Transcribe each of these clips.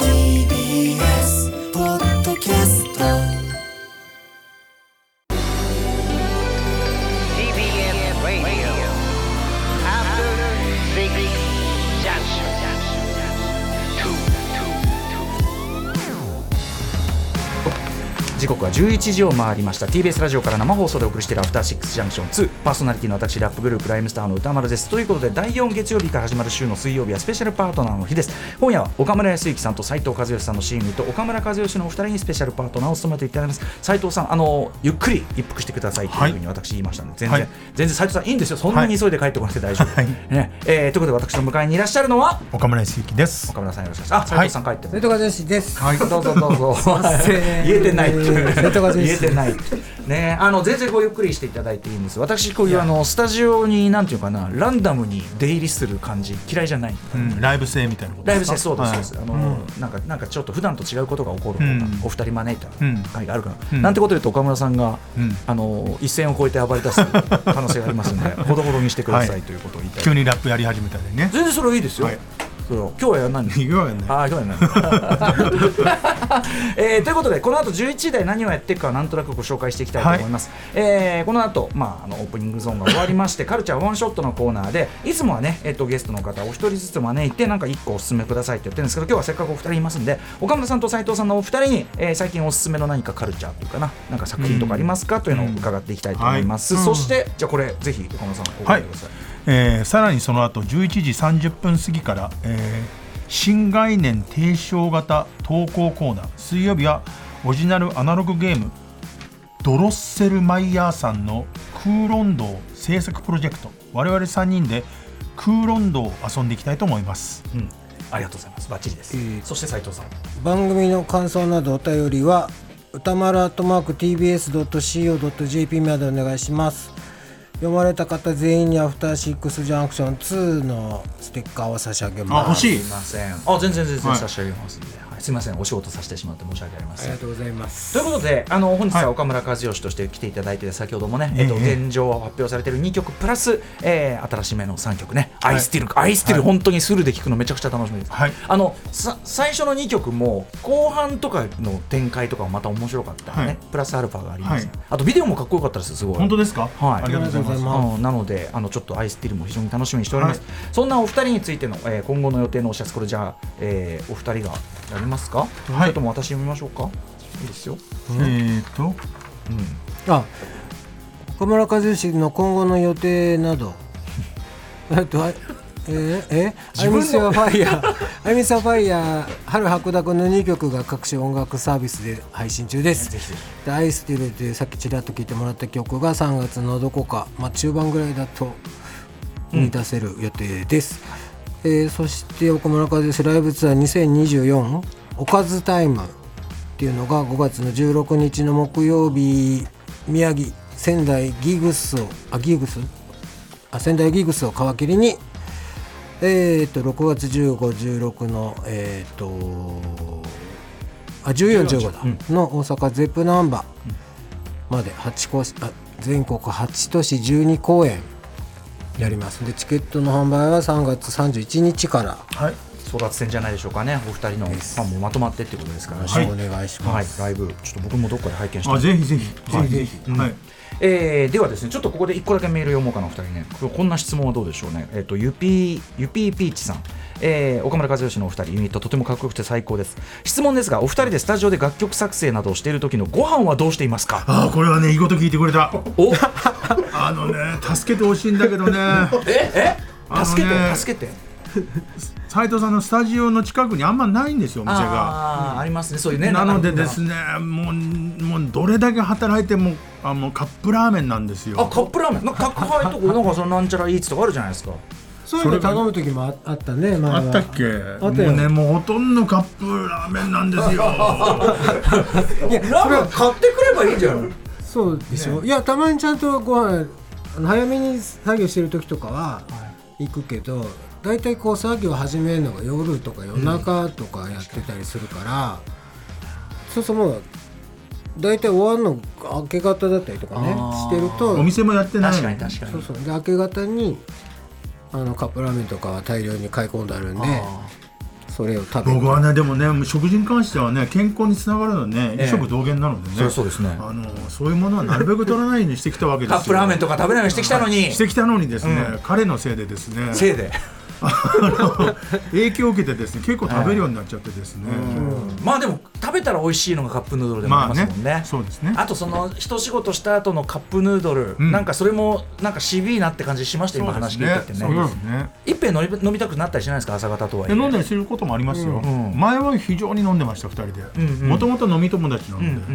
TBS ポッドキャスト TBS Radio. After Six Junction. Two, two, two. 時刻は11時を回りました TBS ラジオから生放送でお送りしているアフターシックスジャンクション2パーソナリティの私ラップグループライムスターの歌丸ですということで第4月曜日から始まる週の水曜日はスペシャルパートナーの日です今夜は岡村康之さんと斉藤和義さんのチームと岡村和義のお二人にスペシャルパートナーを務めていただきます斉藤さんあのゆっくり一服してくださいというふうに私言いましたので、全然、はい全然斉藤さんいいんですよそんなに急いで帰ってこなくて大丈夫、ねえーということで私の迎えにいらっしゃるのは岡村康之です。岡村さんよろしくお願いしますあ斉藤さん帰ってますそれとか女子です。はい、どうぞどうぞ。言えてない。言瀬戸川選手えてない。ね、あの全然こうゆっくりしていただいていいんです。私こういうあのスタジオになんていうかな、ランダムに出入りする感じ嫌いじゃない。うん、ライブ性みたいなことライブですか。戦そうです、そはいうですあの、なんかなんかちょっと普段と違うことが起こる方が、うんお二人招いたうん会があるから、うんなんてこと言うと岡村さんが、うんあの一線を越えて暴れ出す可能性がありますの でほどほどにしてくださはいいということを言いたい、急にラップやり始めたりね。全然それいいですよ、はいそ れを今日はやらないんですいやいやねああ、今日は ねえーということで、この後11時台何をやっていくかなんとなくご紹介していきたいと思います。えーこの後、まあ、あのオープニングゾーンが終わりまして、カルチャーワンショットのコーナーで、いつもはね、えっ、と、ゲストの方お一人ずつ招いて、なんか一個おすすめくださいって言ってるんですけど、今日はせっかくお二人いますんで、岡村さんと斉藤さんのお二人に、えー最近おすすめの何かカルチャーというかな、なんか作品とかありますかというのを伺っていきたいと思います。うんそして、じゃあこれ、ぜひ岡村さん、お答えください。えーさらにその後11時30分過ぎから、えー新概念提唱型投稿コーナー水曜日はオリジナルアナログゲームドロッセルマイヤーさんの空論道制作プロジェクト我々3人で空論道を遊んでいきたいと思いますうんありがとうございます。バッチリです。そして斉藤さん。番組の感想などお便りは歌丸アットマーク TBS.CO.JP までお願いします読まれた方全員にアフターシックスジャンクション2のステッカーを差し上げますあ欲しいすいません。あ、全然全然はい差し上げますんで、はいすいません、お仕事させてしまって申し訳ありまあせりん。がとうございますということで、あの本日はいは岡村和義として来ていただいて、先ほどもね、ええっと、ええ現状を発表されている2曲プラス、えー新しめの3曲ね、いアイスティル、アイスティル、はい本当にスルーで聴くのめちゃくちゃ楽しみです。はいあのさ最初の2曲も、後半とかの展開とかもまた面白かったね、はいプラスアルファがあります、はいあとビデオもかっこよかったです、すごい。本当ですか、はいありがとうございますあうんなのであのちょっとアイスティルも非常に楽しみにしております、はそんなお二人についての、えー今後の予定のお知らせこれじゃあ、えーお二人がやりますか、はいそれとも私読みましょうかいいですよ、えーとうん、あ岡村和義の今後の予定などえっとあえー、えアイミスはファイヤーアイミスはファイヤー春白濁の2曲が各種音楽サービスで配信中ですぜひぜひでアイスティルというさっきちらっと聞いてもらった曲が3月のどこか、まあ、中盤ぐらいだと見出せる予定です、えーそして岡村和義ライブツアー2024おかずタイムっていうのが5月の16日の木曜日宮城仙台ギグスをあギグスあ仙台ギグスを皮切りにえー、と6月1516のえっ、とあ1415だ、の大阪ゼップナンバーまで八公しあ全国8都市12公演やりますでチケットの販売は3月31日からはい争奪戦じゃないでしょうかねお二人のフですァンもまとまってってことですからよろねしくお願いしはまい、す、ライブちょっと僕もどっかで拝見してあぜひぜひはぜいひぜひ、うんはいえーではですねちょっとここで1個だけメール読もうかなお二人ねここんな質問はどうでしょうねえっ、とゆぴゆぴーピーチさんえー岡村和義のお二人ユニットとてもかっこよくて最高です質問ですがお二人でスタジオで楽曲作成などをしている時のご飯はどうしていますかああこれはねいいこと聞いてくれたおあのね助けてほしいんだ けどねええ助けて、あのね助けて斉藤さんのスタジオの近くにあんまないんですよお店が。あーありますねそういうねなのででねすねもうもうどれだけ働いてもあもうカップラーメンなんですあよカップラーメンなんか宅配とかなんかそのなんちゃらイーツとかあるじゃないですかそういうの頼む時もああったね前はあったっけたもようねもうほとんどカップラーメンなんですよいやラーメン買ってくればいいじゃんそうでしょ、いやたまにちゃんとご飯あの早めに作業してる時とかははい行くけど大体こう作業始めるのが夜とか夜中とかやってたりするから、そうそうもう大体終わるの明け方だったりとかねあーしてるとお店もやってない確かに確かにそうそうで明け方にあのカップラーメンとかは大量に買い込んであるんであそれを食べる僕はねでもね食事に関してはね健康につながるのはえねえ衣食同源なのでね、そりゃそうですねあのそういうものはなるべく取らないようにしてきたわけですカよップラーメンとか食べないようにしてきたのにしてきたのにですね、うん彼のせいでですねせいで あの影響を受けてですね結構食べるようになっちゃってですね、まあでも食べたら美味しいのがカップヌードルでもあまりあますねもんね,、そうですねあとその一仕事した後のカップヌードル、うんなんかそれもなんかしびいなって感じしました今話聞いててねそうですね一杯飲み飲みたくなったりしないですか朝方とはいでえ飲んだりすることもありますよ、んうん前は非常に飲んでました2人うんうでんもともと飲み友達なんで、うんうんう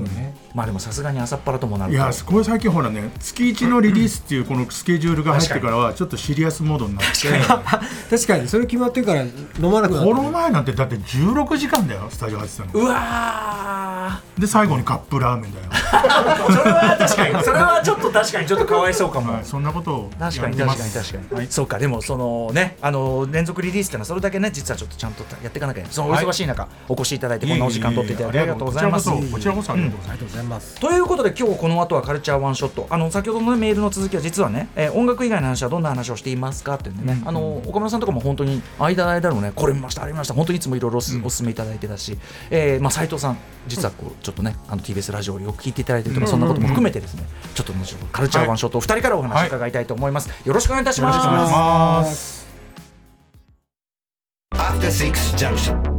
んまあでもさすがに朝っぱらともなるいとやこれ最近ほらね月1のリリースっていうこのスケジュールが入ってからはちょっとシリアスモードになっ て確かにそれ決まってから飲まなくなったこの前なんてだって16時間だよスタジオ入ってたのうわで最後にカップラーメン だよ、ーそれは確かにそれはちょっと確かにちょっとかわいそうかも、はい、そんなことを確かにやっ確てかまに確すかに、はいそうかでもそのねあの連続リリースってのはそれだけね実はちょっとちゃんとやっていかなきゃいけないそのお忙しい中、お越しいただいてこんなお時間取っていただいてありがとうございますこちらこそこちらこそありがとうござありいまがとうございますということで今日この後はカルチャーワンショットあの先ほどのねメールの続きは実はね、えー音楽以外の話はどんな話をしていますかっていうね、あの岡村さんとかも本当に間間のねこれ見ましたあれ見ました本当にいつもいろいろおすお勧めいただいてたし、えーまあ斉藤さん実はこうちょっとねあの TBS ラジオをよく聞いていただいてるとか、そんなことも含めてですねちょっと後ほどカルチャーワンショットお二人からお話伺いたいと思います、よろしくお願いいたしますす。 After Six Junction.